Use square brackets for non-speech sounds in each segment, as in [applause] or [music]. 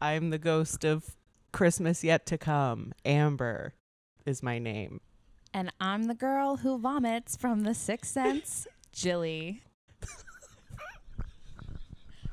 I'm the ghost of Christmas yet to come. Amber is my name. And I'm the girl who vomits from the Sixth [laughs] Sense, Jilly.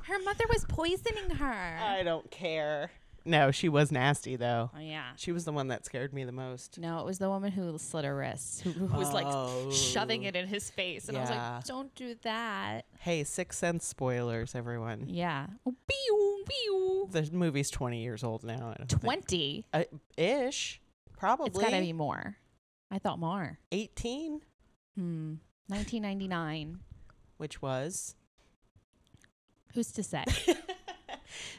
Her mother was poisoning her. I don't care. No, she was nasty though. oh, yeah. She was the one that scared me the most. No, it was the woman who slit her wrist, who, who was like shoving Oh. it in his face. And I was Yeah. like, don't do that. Hey, Sixth Sense spoilers, everyone. Yeah. Oh, pew, pew. The movie's 20 years old now. I don't think- 20. Uh, ish. Probably. It's got to be more. I thought more. 18, Hmm. 1999. which was Who's to say?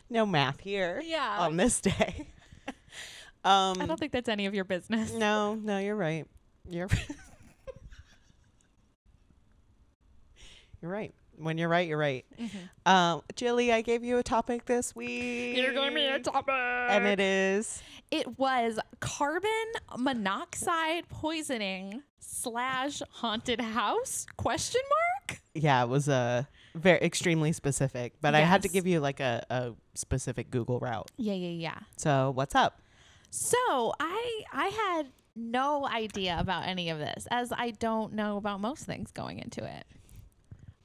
no math here [laughs] yeah. on this day. [laughs] um, I don't think that's any of your business. No, no, you're right. You're [laughs] You're right. When you're right, you're right. Mm-hmm. Um, Jilly, I gave you a topic this week. topic. and it is It was carbon monoxide poisoning slash haunted house question mark. yeah, it was a very extremely specific, but I had to Yes. give you like a, a specific Google route. Yeah, yeah, yeah. So what's up? So I I had no idea about any of this, as I don't know about most things going into it.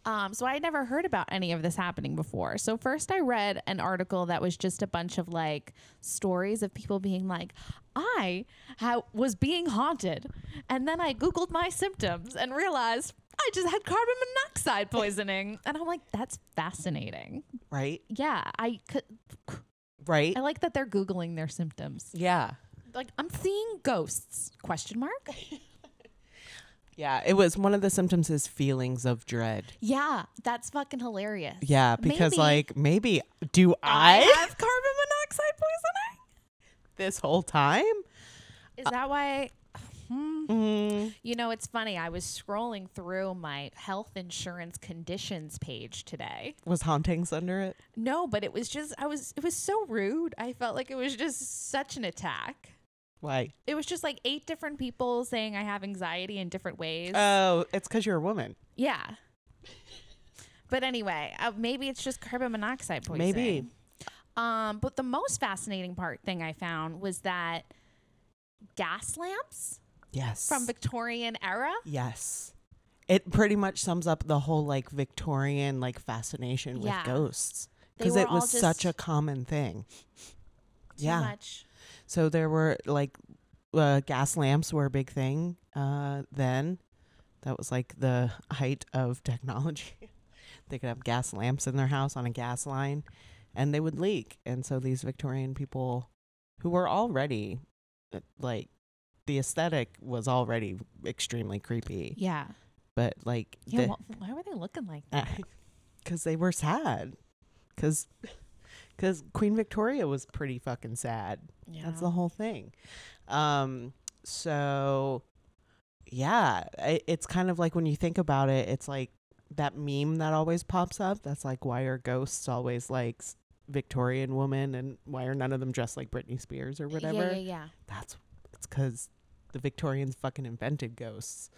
Um, so I had never heard about any of this happening before. So first I read an article that was just a bunch of like stories of people being like, I ha- was being haunted. And then I Googled my symptoms and realized I just had carbon monoxide poisoning. and I'm like, that's fascinating. Right? Yeah, I, could, Right? I like that they're Googling their symptoms Yeah. like I'm seeing ghosts question mark Yeah. It was one of the symptoms is feelings of dread. [laughs] yeah that's fucking hilarious Yeah, because Maybe like maybe do I I have carbon monoxide poisoning this whole time? is that why Hmm. Mm, you know it's funny I was scrolling through my health insurance conditions page today was hauntings under it? no but it was just I was it was so rude I felt like it was just such an attack Why? it was just like eight different people saying I have anxiety in different ways Oh, it's because you're a woman. yeah but anyway uh, maybe it's just carbon monoxide poisoning Maybe. Um, but the most fascinating part thing I found was that gas lamps Yes. from Victorian era. yes. It pretty much sums up the whole like Victorian like fascination Yeah. with ghosts They because were it was all just such a common thing. Too yeah. much. So there were like uh, gas lamps were a big thing uh, then. That was like the [laughs] height of technology. [laughs] they could have gas lamps in their house on a gas line and they would leak. And so these Victorian people who were already uh, like the aesthetic was already extremely creepy, Yeah. but like Yeah. wha- why were they looking like [laughs] that? because they were sad [laughs] because because Queen Victoria was pretty fucking sad. Yeah. That's the whole thing. Um, so yeah, i it's kind of like when you think about it, it's like that meme that always pops up. That's like, why are ghosts always like s- Victorian women and why are none of them dressed like Britney Spears or whatever? Yeah, yeah, yeah. That's it's because the Victorians fucking invented ghosts.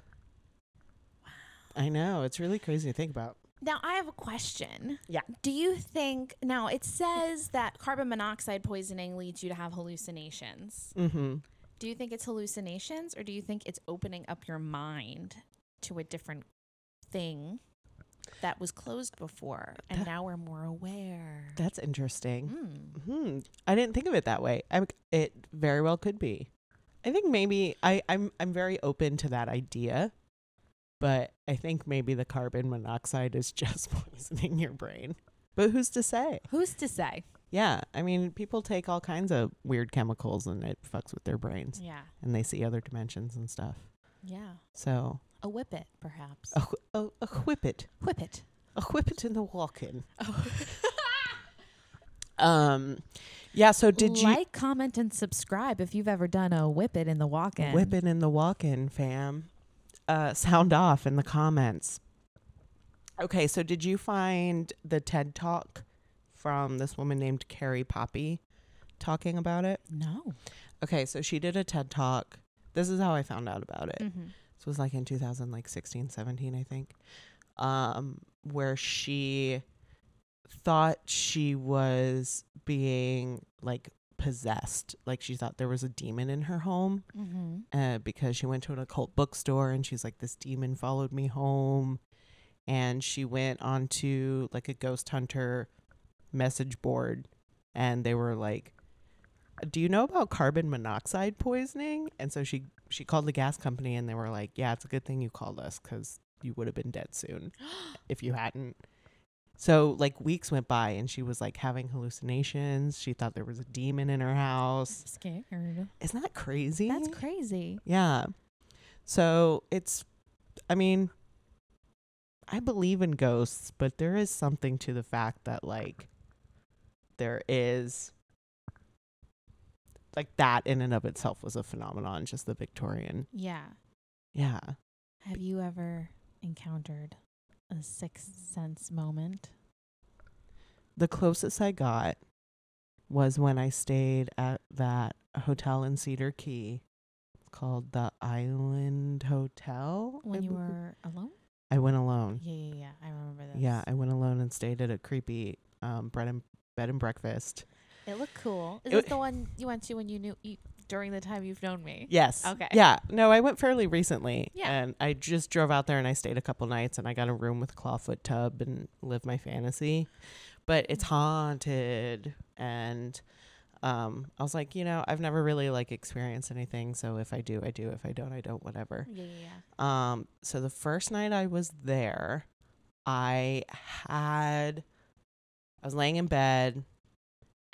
I know. It's really crazy to think about. Now I have a question. Yeah. Do you think now it says that carbon monoxide poisoning leads you to have hallucinations? Mm-hmm. Do you think it's hallucinations or do you think it's opening up your mind to a different thing that was closed before and That- now we're more aware? That's interesting. Mm. Hmm. I didn't think of it that way. I, it very well could be. I think maybe I, I'm I'm very open to that idea, but I think maybe the carbon monoxide is [laughs] just poisoning your brain. But who's to say? Who's to say? Yeah, I mean, people take all kinds of weird chemicals and it fucks with their brains, Yeah. and they see other dimensions and stuff. Yeah. So e, A whippet, perhaps. a wh- a, a whippet, Whip it. a whippet in the walk-in. Oh. Um, yeah. So did you like, comment, and subscribe if you've ever done a whip it in the walk in? Whipping in the walk in, fam. Uh, [laughs] sound off in the comments. Okay, so did you find the TED talk from this woman named Carrie Poppy talking about it? No. Okay, so she did a TED talk. This is how I found out about it. Mm-hmm. This was like in 2000, like 16, 17, I think, um, where she thought she was being like possessed. Like she thought there was a demon in her home Mm-hmm. uh, because she went to an occult bookstore and she's like, this demon followed me home. And she went onto like a ghost hunter message board and they were like, do you know about carbon monoxide poisoning? And so she she called the gas company and they were like, yeah, it's a good thing you called us because you would have been dead soon if you hadn't. So like weeks went by and she was like having hallucinations. She thought there was a demon in her house. Scared. Isn't that crazy? That's crazy. Yeah. So it's, I mean, I believe in ghosts, but there is something to the fact that, like, there is, like, that in and of itself was a phenomenon, just the Victorian. Yeah. Yeah. Have you ever encountered a sixth sense moment? The closest I got was when I stayed at that hotel in Cedar Key called the Island Hotel. I When you bel- were alone? I went alone. Yeah, yeah, yeah. I remember this. Mm-hmm. Yeah, I went alone and stayed at a creepy um, bread and bed and breakfast. It looked cool. Is It wa- this the one you went to when you knew you, during the time you've known me? Yes. Okay. Yeah. No, I went fairly recently. Yeah. And I just drove out there and I stayed a couple nights and I got a room with a clawfoot tub and lived my fantasy. But it's Mm-hmm. haunted and um, I was like, you know, I've never really like experienced anything, so if I do, I do. If I don't, I don't, whatever. Yeah, yeah, yeah. Um, so the first night I was there, I had I was laying in bed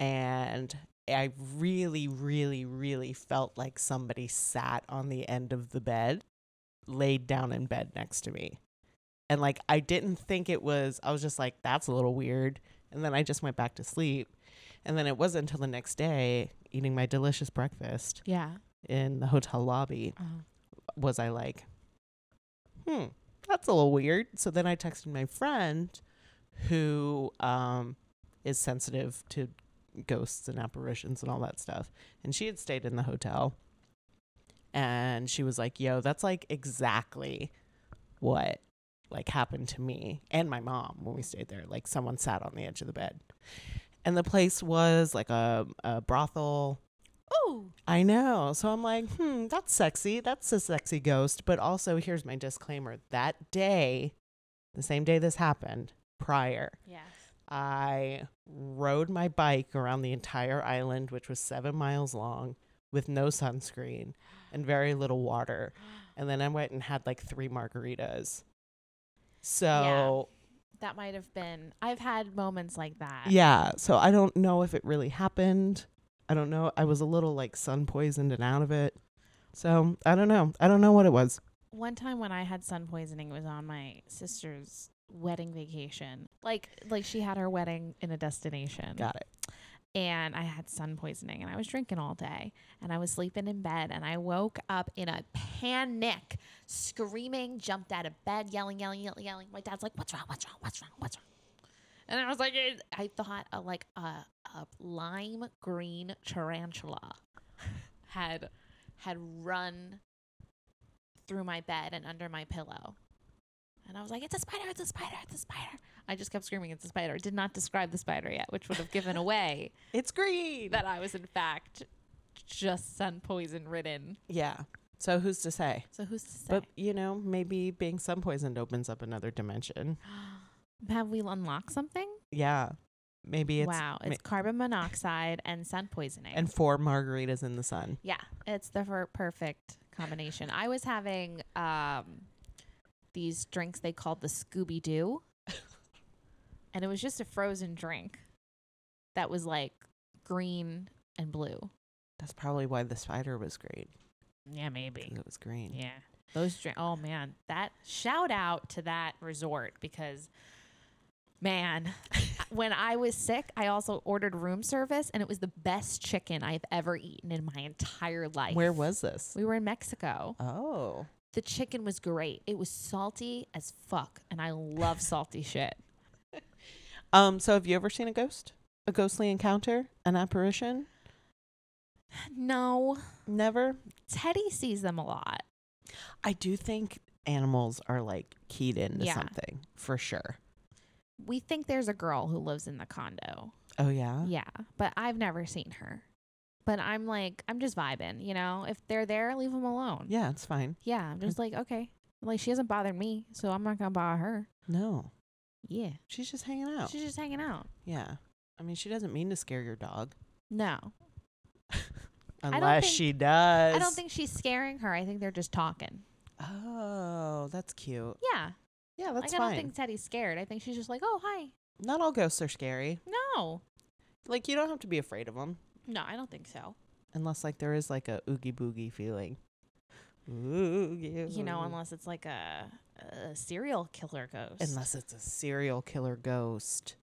and I really, really, really felt like somebody sat on the end of the bed, laid down in bed next to me. And like I didn't think it was I was just like, that's a little weird. And then I just went back to sleep. And then it wasn't until the next day, eating my delicious breakfast Yeah. in the hotel lobby, Oh. was I like, hmm, that's a little weird. So then I texted my friend who um, is sensitive to ghosts and apparitions and all that stuff. And she had stayed in the hotel. And she was like, yo, that's like exactly what like happened to me and my mom when we stayed there. Like someone sat on the edge of the bed. And the place was like a, a brothel. Ooh. I know. So I'm like, hmm, that's sexy. That's a sexy ghost. But also, here's my disclaimer that day, the same day this happened, prior, Yes. I rode my bike around the entire island, which was seven miles long, with no sunscreen and very little water. And then I went and had like three margaritas. So, That might have been. I've had moments like that. yeah. So I don't know if it really happened. I don't know. I was a little like sun poisoned and out of it. So I don't know. I don't know what it was. One time when I had sun poisoning it was on my sister's wedding vacation. Like like she had her wedding in a destination. Got it. and I had sun poisoning and I was drinking all day and I was sleeping in bed and I woke up in a panic, screaming, jumped out of bed, yelling, yelling, yelling, yelling. My dad's like, "What's wrong? What's wrong? What's wrong? What's wrong?" And I was like, it, I thought a, like a, a lime green tarantula [laughs] had had run through my bed and under my pillow. And I was like, it's a spider, it's a spider, it's a spider. I just kept screaming, it's a spider. I did not describe the spider yet, which would have given away It's green. [laughs] that I was in fact just sun poison ridden. yeah. So who's to say? So who's to say? But you know, maybe being sun poisoned opens up another dimension. [gasps] Have we unlocked something? Yeah. Maybe it's wow, it's ma- carbon monoxide and sun poisoning. and four margaritas in the sun. yeah, it's the fer- perfect combination. I was having um, these drinks they called the Scooby [laughs] Doo, and it was just a frozen drink that was like green and blue. That's probably why the spider was great. Yeah, maybe. 'cause It was green. Yeah. Those drinks. Oh man, that shout out to that resort because man, [laughs] when I was sick, I also ordered room service and it was the best chicken I've ever eaten in my entire life. Where was this? We were in Mexico. Oh. The chicken was great. It was salty as fuck and I love salty shit. Um, so have you ever seen a ghost? A ghostly encounter? An apparition? No, Never? Teddy sees them a lot. I do think animals are like keyed into Yeah. something for sure. we think there's a girl who lives in the condo. Oh yeah. Yeah, but I've never seen her. But I'm like, I'm just vibing, you know? If they're there, leave them alone. Yeah, it's fine. Yeah, I'm just like, okay. Like, she hasn't bothered me, so I'm not going to bother her. No, Yeah. she's just hanging out. She's just hanging out. yeah. I mean, she doesn't mean to scare your dog, No. don't unless think- she does. I don't think she's scaring her. I think they're just talking. Oh, that's cute. Yeah. Yeah, that's like, I fine. don't think Teddy's scared. I think she's just like, oh, hi. Not all ghosts are scary. No. Like you don't have to be afraid of them, No, I don't think so. unless like there is like a oogie boogie feeling. Oogie. You know, boogie. unless it's like a, a serial killer ghost. unless it's a serial killer ghost.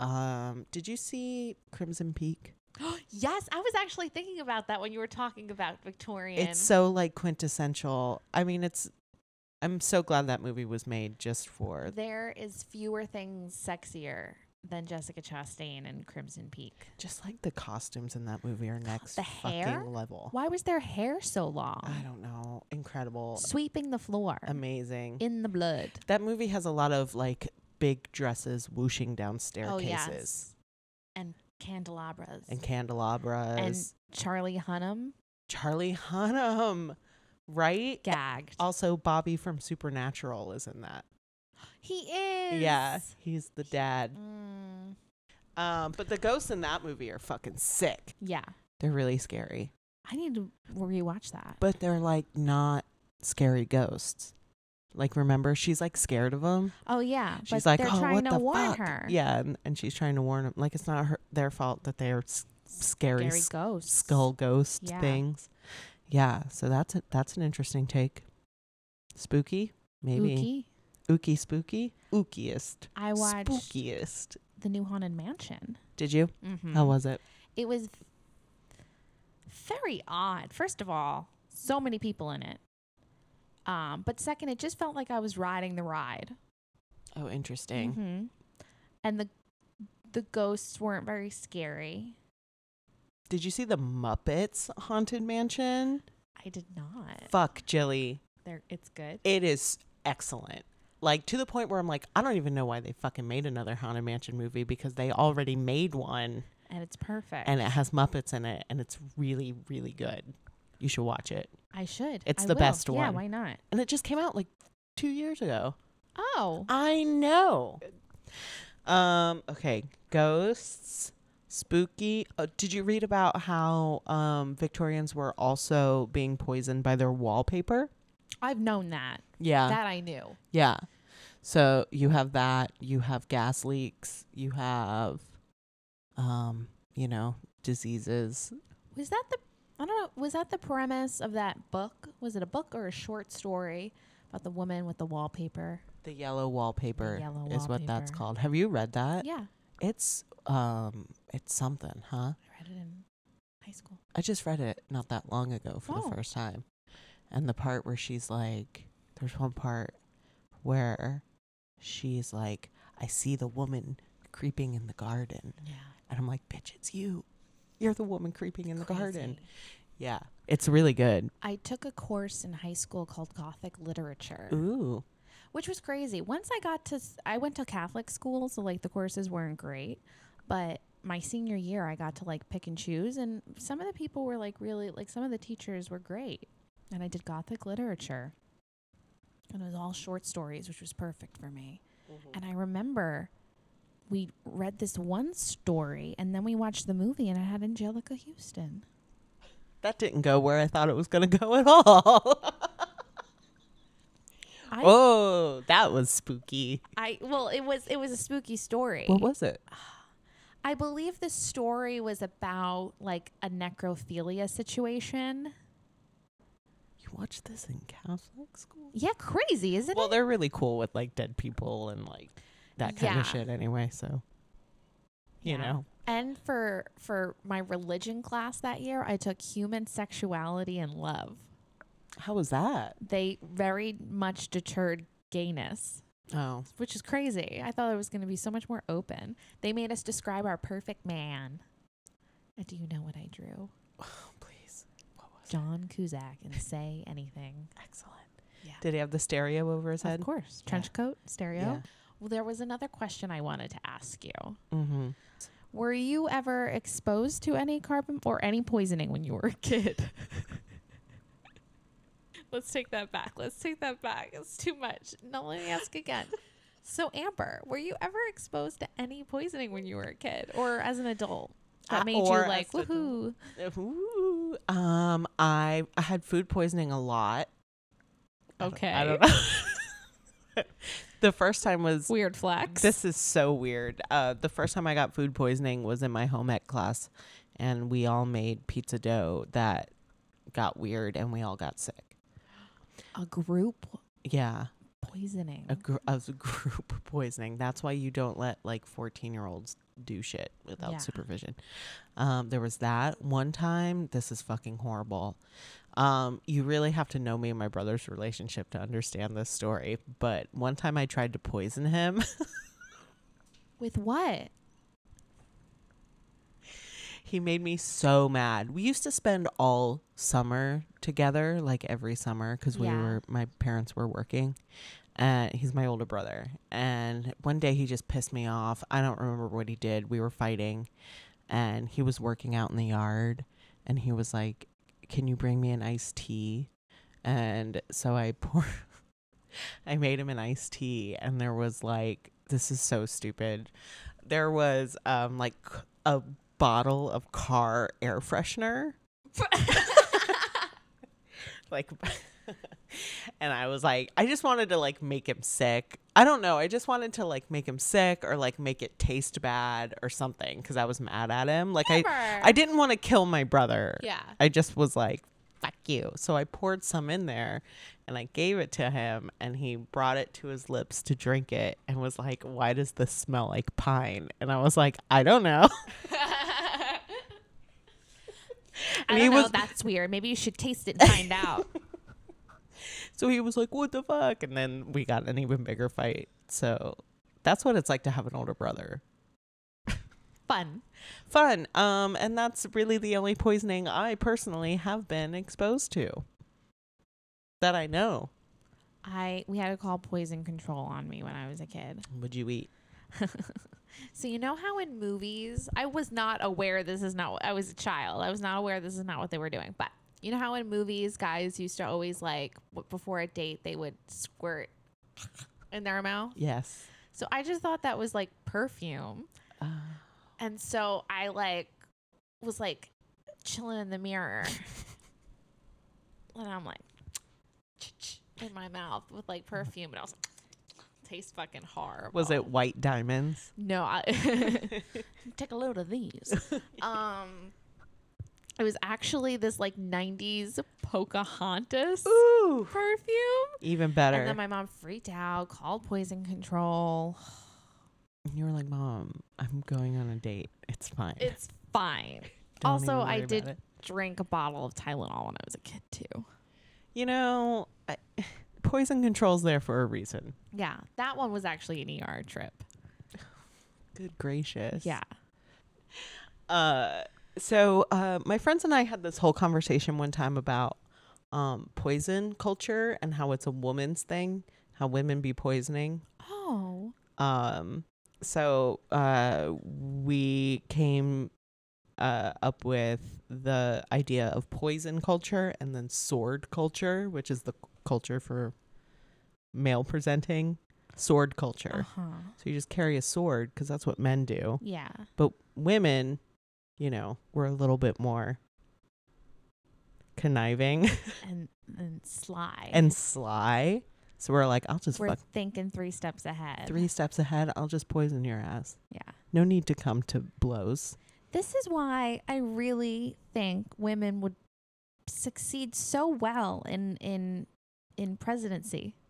Um, did you see Crimson Peak? [gasps] yes, I was actually thinking about that when you were talking about Victorian. It's so like quintessential. I mean, it's. I'm so glad that movie was made just for. there is fewer things sexier than Jessica Chastain and Crimson Peak. Just like the costumes in that movie are next The fucking hair? level. Why was their hair so I long? don't know. Incredible. Sweeping the floor Amazing. in the blood. that movie has a lot of like big dresses whooshing down Oh staircases yes, and candelabras and candelabras. And Charlie Hunnam Charlie Hunnam, right? gagged. Also, Bobby from Supernatural is in that. he is. Yeah, he's the dad. Mm, Um, but the ghosts in that movie are fucking sick. yeah. They're really scary, I need to rewatch that. but they're like not scary ghosts. Like, remember, she's like scared of them. Oh yeah, She's but like, they're "Oh, trying what to the warn fuck?" her. Yeah, and, and she's trying to warn them. Like, it's not her, their fault that they're s- scary, Scary s- ghosts. skull ghost Yeah. things. Yeah, so that's a, that's an interesting take. Spooky, maybe. Ookie. Ookie spooky, ookiest. I watched spookiest. the new haunted mansion. Did you? Mm-hmm. How was it? it was very odd. First of all, so many people in it. Um, but second, it just felt like I was riding the ride. Oh, interesting. Mm-hmm. And the the ghosts weren't very scary. Did you see the Muppets Haunted Mansion? I did not. Fuck, Jilly. They're, it's good. It is excellent. Like to the point where I'm like, I don't even know why they fucking made another Haunted Mansion movie because they already made one And it's perfect. and it has Muppets in it and it's really, really good. You should watch it. I should. It's I the will. best Yeah, one. why not? And it just came out like two years ago. Oh. I know. Um, okay, ghosts, spooky. Uh, did you read about how um, Victorians were also being poisoned by their wallpaper? I've known that. Yeah. that I knew. yeah. So you have that, you have gas leaks, you have um, you know, diseases. Was that the I don't know, was that the premise of that book? Was it a book or a short story about the woman with the wallpaper? The yellow wallpaper yellow is what that's wallpaper. called. Have you read that? yeah. It's um it's something, huh? I read it in high school. I just read it not that long ago for Oh. the first time. And the part where she's like, there's one part where she's like, I see the woman creeping in the garden. Yeah. And I'm like, bitch, it's you. You're the woman creeping in the garden. Yeah. It's really good. I took a course in high school called Gothic literature, Ooh. which was crazy. Once I got to, s- I went to Catholic school, so like the courses weren't great, but my senior year I got to like pick and choose, and some of the people were like really like some of the teachers were great, and I did Gothic literature, and it was all short stories, which was perfect for me. Mm-hmm. And I remember we read this one story, and then we watched the movie, and it had Angelica Houston. That didn't go where I thought it was going to go at all. [laughs] I oh, that was spooky. I well, it was it was a spooky story. What was it? I believe the story was about like a necrophilia situation. You watched this in Catholic school? Yeah, crazy, isn't well, it? they're really cool with like dead people and like that kind Yeah. of shit anyway. So, you Yeah. know, And for for my religion class that year, I took human sexuality and love. how was that? They very much deterred gayness, Oh, which is crazy. I thought it was going to be so much more open. They made us describe our perfect man. And do you know what I drew? please. What was John Kuzak and say anything. Excellent. Yeah. Did he have the stereo over his head? Of course. Yeah. Trench coat, stereo. Yeah. Well, there was another question I wanted to ask you. Mm-hmm. Were you ever exposed to any carbon or any poisoning when you were a kid? [laughs] Let's take that back. Let's take that back. It's too much. No, let me [laughs] ask again. So, Amber, were you ever exposed to any poisoning when you were a kid or as an adult that Uh, made you or as like, an adult. woohoo? Ooh. Um, I I had food poisoning a lot. I don't- Okay. I don't know. [laughs] the first time was Weird flex. this is so weird. Uh, the first time I got food poisoning was in my home ec class, and we all made pizza dough that got weird, and we all got sick. a group Yeah, poisoning. a, gr- a group [laughs] poisoning. That's why you don't let like fourteen year olds do shit without Yeah. supervision. Um, there was that one time. This is fucking horrible. Um, you really have to know me and my brother's relationship to understand this story. But one time I tried to poison him. With what? He made me so mad. We used to spend all summer together, like every summer, because we Yeah. were my parents were working. And he's my older brother. And one day he just pissed me off. I don't remember what he did. We were fighting, and he was working out in the yard, and he was like, "Can you bring me an iced tea?" And so I pour. I made him an iced tea, and there was like, this is so stupid. There was um like c- a bottle of car air freshener. [laughs] like [laughs] and I was like I just wanted to like make him sick. I don't know. I just wanted to like make him sick or like make it taste bad or something cuz I was mad at him. Like I I didn't want to kill my brother. Yeah. I just was like fuck you. So I poured some in there and I gave it to him and he brought it to his lips to drink it and was like why does this smell like pine? And I was like I don't know. [laughs] I And don't he know. was- That's weird. Maybe you should taste it and find out. So he was like, "What the fuck?" And then we got an even bigger fight. So that's what it's like to have an older brother. Fun. Fun. Um, and that's really the only poisoning I personally have been exposed to that I know. I we had to call poison control on me when I was a kid. [laughs] Would you eat? So you know how in movies, I was not aware this is not. I was a child. I was not aware this is not what they were doing. But you know how in movies, guys used to always like w- before a date they would squirt in their mouth. Yes. So I just thought that was like perfume. Uh, And so I like was like chilling in [laughs] the mirror. and I'm like in my mouth with like perfume and I was like tastes fucking horrible. was it white diamonds? No, [laughs] I take a load of these. Um it was actually this like 90s Pocahontas Ooh, perfume. even better. And then my mom freaked out, called [sighs] poison control. you were like, "Mom, I'm going on a date. It's fine." It's fine. Don't also, even worry I about did it." drink a bottle of Tylenol when I was a kid too. You know, I, [sighs] poison control's there for a reason. Yeah, that one was actually an ER trip. Good gracious. Yeah. Uh, so uh, my friends and I had this whole conversation one time about um, poison culture and how it's a woman's thing, how women be poisoning. Oh. Um, so uh, we came uh, up with the idea of poison culture and then sword culture, which is the c- culture for male presenting. Sword culture. Uh-huh. So you just carry a sword because that's what men do Yeah. but women, you know, were a little bit more conniving [laughs] And and sly. and sly. So we're like, I'll just we're fuck thinking three steps ahead. three steps ahead. I'll just poison your ass. Yeah. No need to come to blows. This is why I really think women would succeed so well in in in presidency. [laughs]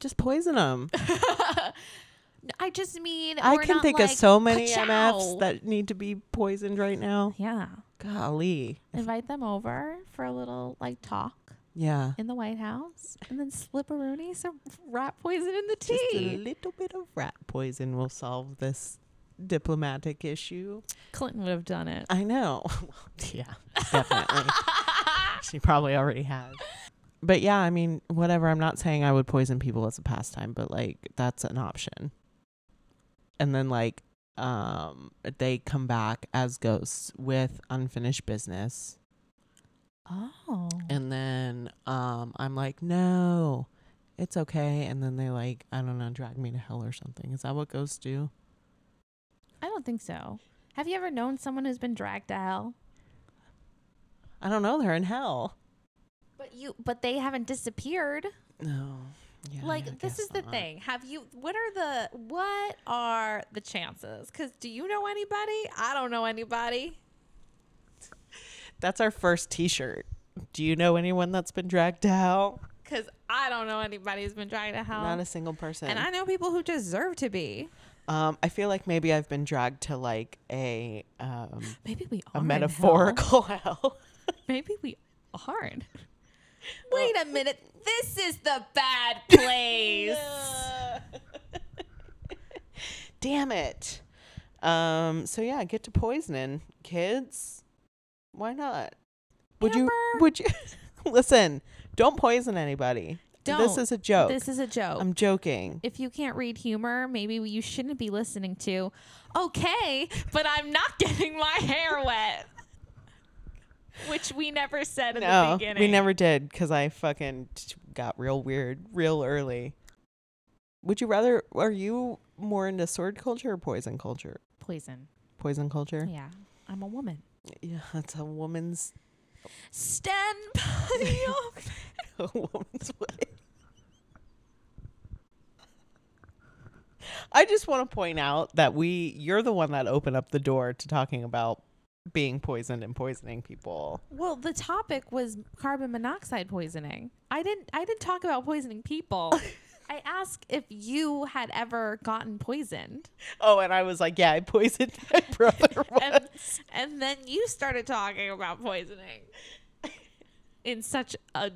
Just poison them. No, I just mean I we're can not think like, of so many "Ka-chow." MFs that need to be poisoned right now. Yeah. Golly. Invite them over for a little like talk Yeah. in the White House, and then slipperoonie some rat poison in the Just a tea. little bit of rat poison will solve this diplomatic issue. Clinton would have done it. I know. [laughs] yeah, definitely. she probably already has. But yeah, I mean, whatever. I'm not saying I would poison people as a pastime, but like that's an option. and then like um they come back as ghosts with unfinished business [laughs] Oh. and then um I'm like, "No, it's okay." And then they like, I don't know, drag me to hell or something. Is that what ghosts do? I don't think so. Have you ever known someone who's been dragged to hell? I don't know, they're in hell. But you but they haven't disappeared. No. Yeah, like I this guess is the not. thing. Have you what are the what are the chances? Cuz do you know anybody? I don't know anybody. That's our first t-shirt. Do you know anyone that's been dragged to hell? Cuz I don't know anybody who's been dragged to hell. Not a single person. and I know people who deserve to be. um I feel like maybe I've been dragged to like a [gasps] um Maybe we are a Oh, in metaphorical [laughs] hell. hell. Maybe we aren't. Wait a minute. This is the [laughs] bad place. [laughs] Damn it. Um. So yeah, get to poisoning, kids. Why not? Would you? Amber. Would you? [laughs] listen. Don't poison anybody. This Don't. is a joke. This is a joke. I'm joking. if you can't read humor, maybe you shouldn't be listening to, okay, but I'm not [laughs] getting my hair wet. Which we never said in the No, beginning. we never did because I fucking t- got real weird real early. Would you rather? Are you more into sword culture or poison culture? Poison. Poison culture. Yeah. I'm a woman. Yeah, it's a woman's Stand by [laughs] your a woman's way. I just want to point out that we you're the one that opened up the door to talking about being poisoned and poisoning people. Well, the topic was carbon monoxide poisoning. I didn't I didn't talk about poisoning [laughs] people. I asked if you had ever gotten poisoned. Oh, and I was like, yeah, I poisoned [laughs] my brother. once. And, and then you started talking about poisoning in such a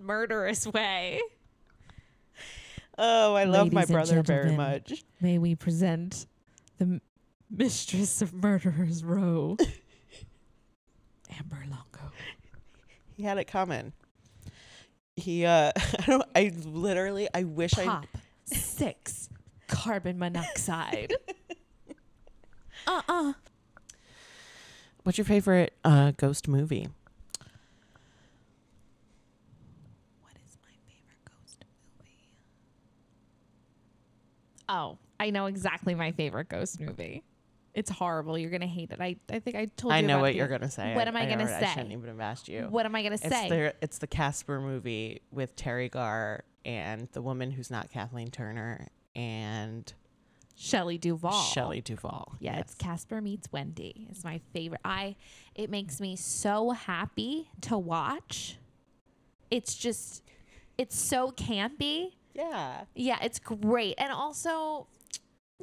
murderous way. oh, I love my Ladies and brother very gentlemen. much. May we present the m- mistress of Murderer's Row, Amber Longo. He had it coming. He uh [laughs] I don't I literally I wish I Pop six carbon [laughs] monoxide. uh uh What's your favorite uh ghost movie? What is my favorite ghost movie? Oh, I know exactly my favorite ghost movie. It's horrible. You're gonna hate it. I, I think I told you. I know about what it you're the- gonna say. What am I, know gonna it. say? I shouldn't even have asked you. What am I gonna It's say? the it's the Casper movie with Terry Garr and the woman who's not Kathleen Turner and Shelley Duvall. Shelley Duvall. Yeah, it's Casper meets Wendy. It's my favorite. I it makes me so happy to watch. It's just it's so campy. yeah. Yeah, it's great. And also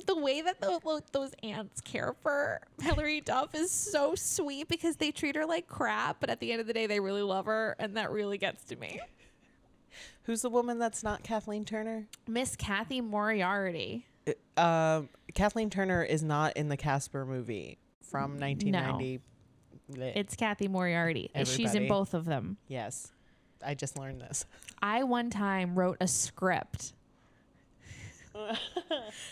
the way that tho- tho- those ants care for Hillary Duff is so sweet because they treat her like crap, but at the end of the day, they really love her, and that really gets to me. Who's the woman that's not Kathleen Turner? Miss Kathy Moriarty. Uh, Um, Kathleen Turner is not in the Casper movie from 1990. Bleh. It's Kathy Moriarty. She's in Everybody. both of them. yes, I just learned this. [laughs] I one time wrote a script.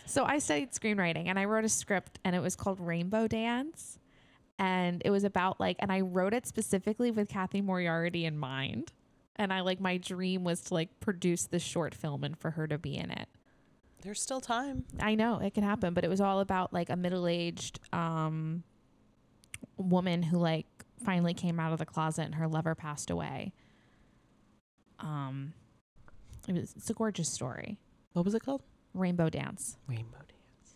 so I studied screenwriting and I wrote a script and it was called Rainbow Dance. And it was about like, and I wrote it specifically with Kathy Moriarty in mind. And I like, my dream was to like produce this short film and for her to be in it. There's still time. I know it could happen, but it was all about like a middle aged um, woman who like finally came out of the closet and her lover passed away. Um, it was it's a gorgeous story, What was it called? Rainbow Dance, Rainbow Dance.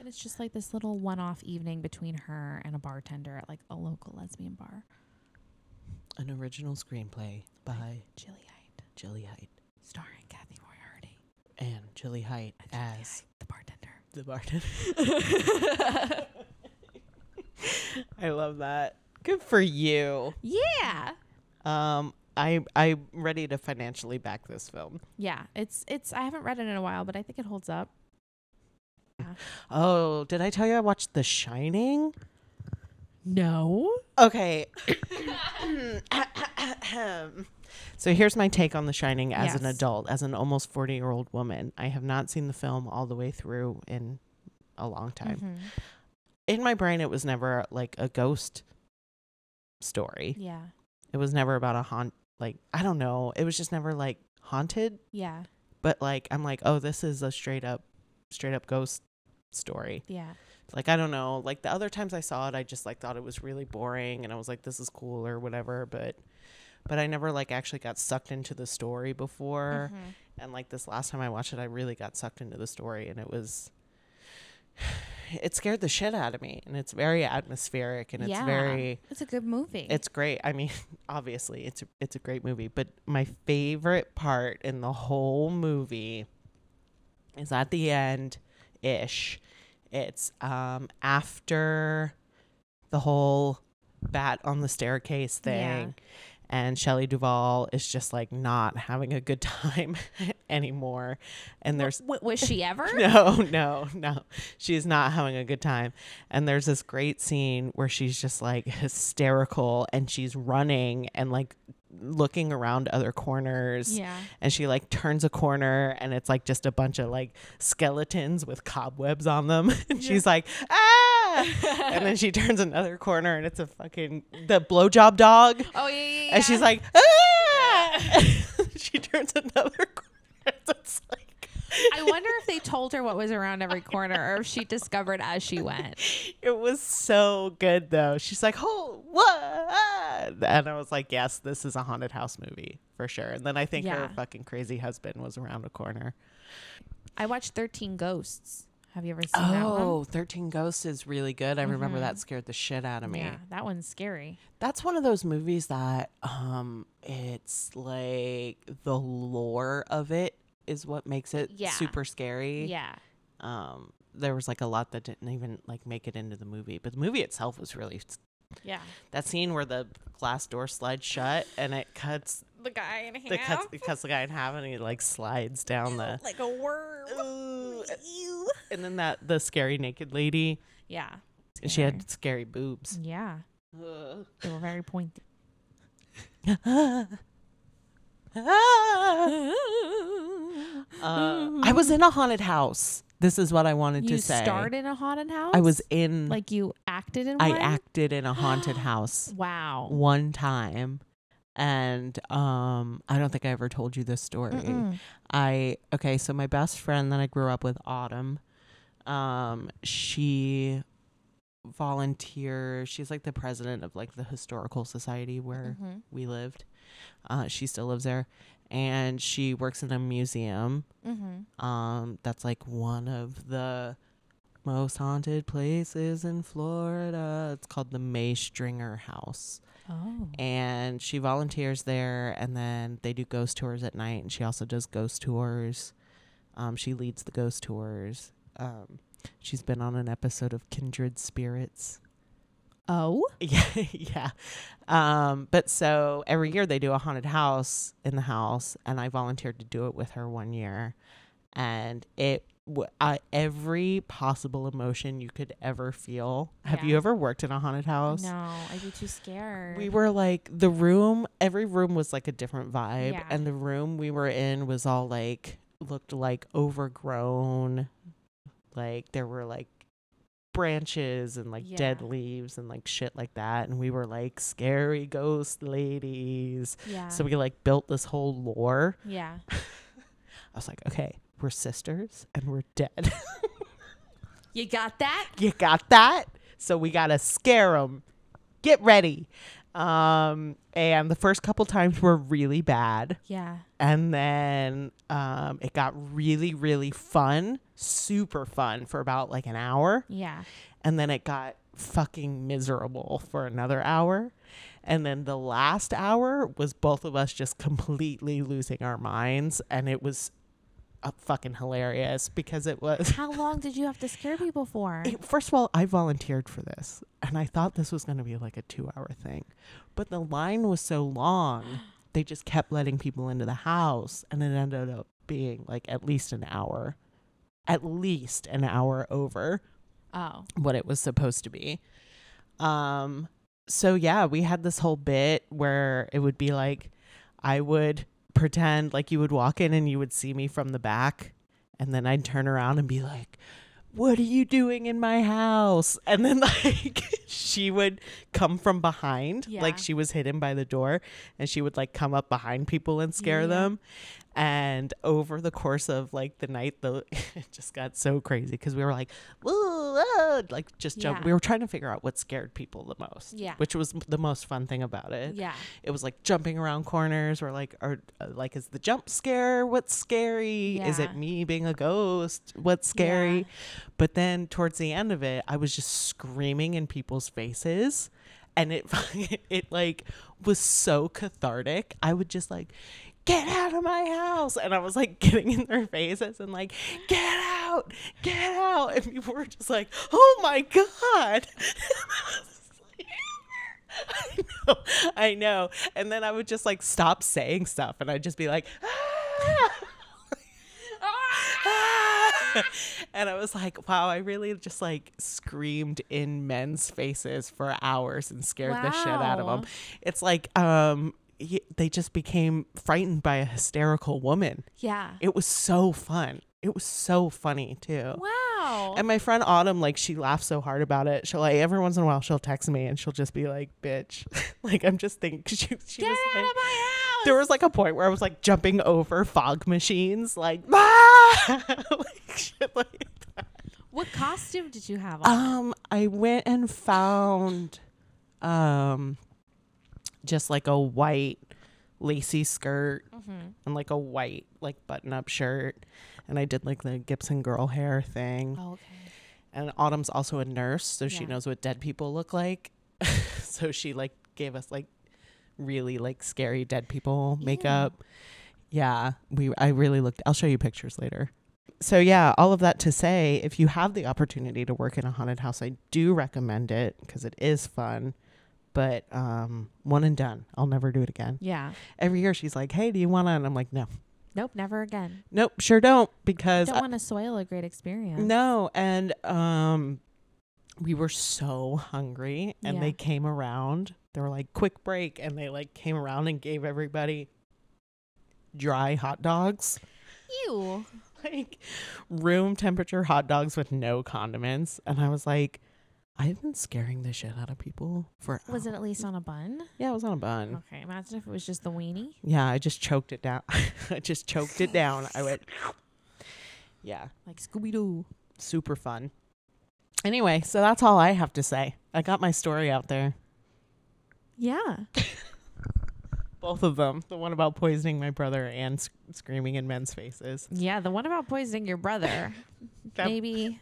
and it's just like this little one off evening between her and a bartender at like a local lesbian bar, An original screenplay by Chili Height, Jilly Height starring Kathy Moriarty and Jilly Height and Jilly as Height, the bartender. the bartender. [laughs] I love that. Good for you. Yeah. Um, I I'm ready to financially back this film. Yeah, it's it's. I haven't read it in a while, but I think it holds up. Oh, did I tell you I watched The Shining? No, Okay. [coughs] so here's my take on The Shining as an Yes. adult, as an almost 40 year old woman. I have not seen the film all the way through in a long time. Mm-hmm. In my brain, it was never like a ghost story. Yeah. It was never about a haunt. Like I don't know. It was just never like haunted. Yeah. But like I'm like, oh, this is a straight up, straight up ghost story. Yeah. Like I don't know. Like the other times I saw it, I just like thought it was really boring, and I was like, this is cool or whatever. But but I never like actually got sucked into the story before. Mhm. and like this last time I watched it, I really got sucked into the story, and it was [sighs] it scared the shit out of me. And it's very atmospheric, and it's Yeah. very It's a good movie. it's great. I mean, [laughs] obviously, it's a, it's a great movie, but my favorite part in the whole movie is at the end ish. It's um after the whole bat on the staircase Yeah. thing. And Shelley Duvall is just like not having a good [laughs] time anymore. And there's W- was [laughs] she [laughs] ever? no, no, no. She's not having a good time. And there's this great scene where she's just like hysterical and she's running and like looking around other corners. Yeah. And she like turns a corner and it's like just a bunch of like skeletons with cobwebs on them. [laughs] and she's like, [laughs] ah. and then she turns another corner and it's a fucking the blowjob dog. Oh yeah. yeah, yeah. And she's like, ah. [laughs] she turns another [laughs] corner. It's like, I wonder if they told her what was around every corner, or if she discovered as she went. It was so good though. She's like, "Oh, what?" And I was like, "Yes, this is a haunted house movie for sure." And then I think her Yeah. fucking crazy husband was around a corner. [laughs] I watched Thirteen Ghosts. Have you ever seen that one? Mm-hmm. Oh, Thirteen Ghosts is really good. I remember that scared the shit out of me. Yeah, that one's scary. That's one of those movies that um it's like the lore of it is what makes it Yeah. super scary. Yeah. Um there was like a lot that didn't even like make it into the movie, but the movie itself was really Yeah. that scene where the glass door slides shut and it cuts The guy in the cuts, it cuts the guy in half and he like slides down [laughs] the like a worm. Ooh. and then that the scary naked lady Yeah. and she had scary [laughs] boobs Yeah. Ugh. They were very pointy. Uh, Ah. Uh, I was in a haunted house. This is what I wanted you to say. starred in a haunted house. I was in like you acted in I one. acted in a [gasps] haunted house. Wow. one time and um I don't think I ever told you this story. Mm-mm. I okay, so my best friend that I grew up with, Autumn, um, she volunteers. She's like the president of like the historical society where Mhm. we lived. Uh, she still lives there, and she works in a museum. Mhm. Um, that's like one of the most haunted places in Florida. It's called the May Stringer House Oh. and she volunteers there and then they do ghost tours at night and she also does ghost tours um, she leads the ghost tours um, she's been on an episode of kindred spirits [laughs] Oh. yeah yeah um, but so every year they do a haunted house in the house and i volunteered to do it with her one year and it w- I, every possible emotion you could ever feel have Yeah. you ever worked in a haunted house No, I'd be too scared. we were like the room, every room was like a different vibe Yeah. and the room we were in was all like looked like overgrown. Like there were like branches and like dead Yeah. leaves and like shit like that and we were like scary ghost ladies. Yeah. So we like built this whole lore. yeah. I was like, okay, we're sisters and we're dead. You got that? you got that? So we gotta scare them. Get ready. Um, and the first couple times were really bad, Yeah. and then um, it got really, really fun, super fun for about like an hour, Yeah. and then it got fucking miserable for another hour. And then the last hour was both of us just completely losing our minds, and it was uh, fucking hilarious because it was How long did you have to scare people for? it- first of all, I volunteered for this, and I thought this was going to be like a two-hour thing, but the line was so long, they just kept letting people into the house, and it ended up being like at least an hour, at least an hour over Oh. what it was supposed to be. Um so yeah, we had this whole bit where it would be like I would pretend like you would walk in and you would see me from the back and then I'd turn around and be like what are you doing in my house? [laughs] And then like [laughs] she would come from behind, Yeah. like she was hidden by the door, and she would like come up behind people and scare Yeah. them. And over the course of like the night, the [laughs] it just got so crazy because we were like, whoa, whoa," like just jump. Yeah. We were trying to figure out what scared people the most, Yeah. which was m- the most fun thing about it Yeah. it was like jumping around corners or like or uh, like is the jump scare what's scary is Yeah. it me being a ghost what's scary Yeah. but then towards the end of it i was just screaming in people's faces and it [laughs] it like was so cathartic i would just like get out of my house and i was like [laughs] getting in their faces and like get out get out and people were just like oh my god [laughs] I know, I know. And then I would just like stop saying stuff and I'd just be like, "Ah." Ah. [laughs] and I was like, wow, I really just like screamed in men's faces for hours and scared the shit out of Wow. them. It's like, um, y- they just became frightened by a hysterical woman. Yeah. It was so fun. It was so funny too. Wow. And my friend Autumn, like, she laughs so hard about it. She'll like every once in a while she'll text me and she'll just be like, "Bitch," [laughs] like I'm just thinking [laughs] she, she Get was out like, of my house. there was like a point where I was like jumping over fog machines, like [laughs] ah! like shit like that. what costume did you have on? Um, I went and found, um, just like a white lacy skirt Mm-hmm. and like a white like button up shirt, and I did like the Gibson girl hair thing. oh, okay. and autumn's also a nurse so she Yeah. knows what dead people look like [laughs] so she like gave us like really like scary dead people makeup yeah we i really looked i'll show you pictures later so yeah all of that to say if you have the opportunity to work in a haunted house i do recommend it because it is fun but um one and done i'll never do it again Yeah. every year she's like hey do you want to and i'm like no Nope. Never again. nope sure don't because Don't want to soil a great experience. no, and um we were so hungry and Yeah. they came around. They were like quick break and they like came around and gave everybody dry hot dogs. You. [laughs] Like room temperature hot dogs with no condiments and I was like I've been scaring the shit out of people for Was Oh. hours." it at least on a bun? Yeah, it was on a bun. Okay. Imagine if it was just the weenie. Yeah, I just choked it down. [laughs] I just choked it down. I went Yeah. Like Scooby Doo. super fun. Anyway, so that's all I have to say. I got my story out there. Yeah. Both of them. The one about poisoning my brother and sc- screaming in men's faces. Yeah. The one about poisoning your brother. That- maybe.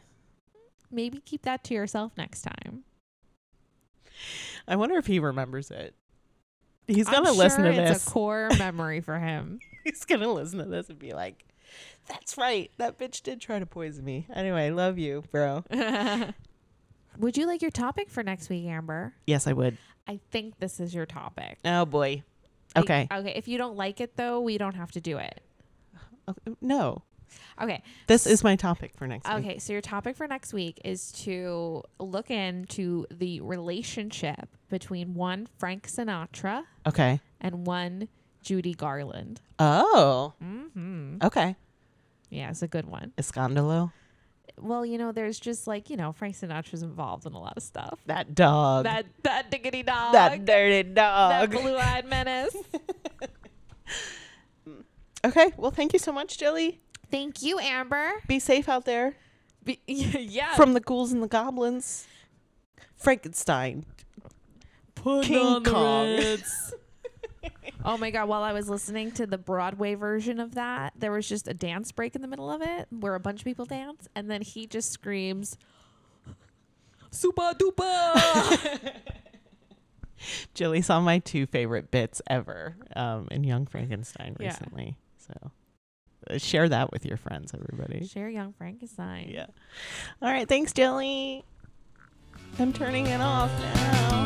Maybe keep that to yourself next time. I wonder if he remembers it. He's I'm going to listen to sure It's this. [laughs] a core memory for him. [laughs] He's going to listen to this and be like, that's right. That bitch did try to poison me. Anyway, love you, bro. Would you like your topic for next week, Amber? Yes, I would. I think this is your topic. Oh, boy. I- Okay. okay. If you don't like it though, we don't have to do it. Okay, uh, No. Okay. This is my topic for next week. Okay. So your topic for next week is to look into the relationship between one Frank Sinatra Okay. and one Judy Garland. Oh. Mm-hmm. Okay. Yeah, it's a good one. Escondalo. Well, you know, there's just like you know, Frank Sinatra's involved in a lot of stuff. That dog. That that diggity dog. that dirty dog. that blue-eyed menace. Okay. Well, thank you so much, Jilly. Thank you, Amber. Be safe out there Be- [laughs] yeah. from the ghouls and the goblins. Frankenstein. King on the Kong. oh my god! While I was listening to the Broadway version of that, there was just a dance break in the middle of it where a bunch of people dance, and then he just screams, "Super duper!" Jilly saw my two favorite bits ever um, in Young Frankenstein Yeah. recently. So uh, share that with your friends, everybody. [laughs] Share Young Frankenstein. Yeah. All right. Thanks, Jilly. I'm turning it off now.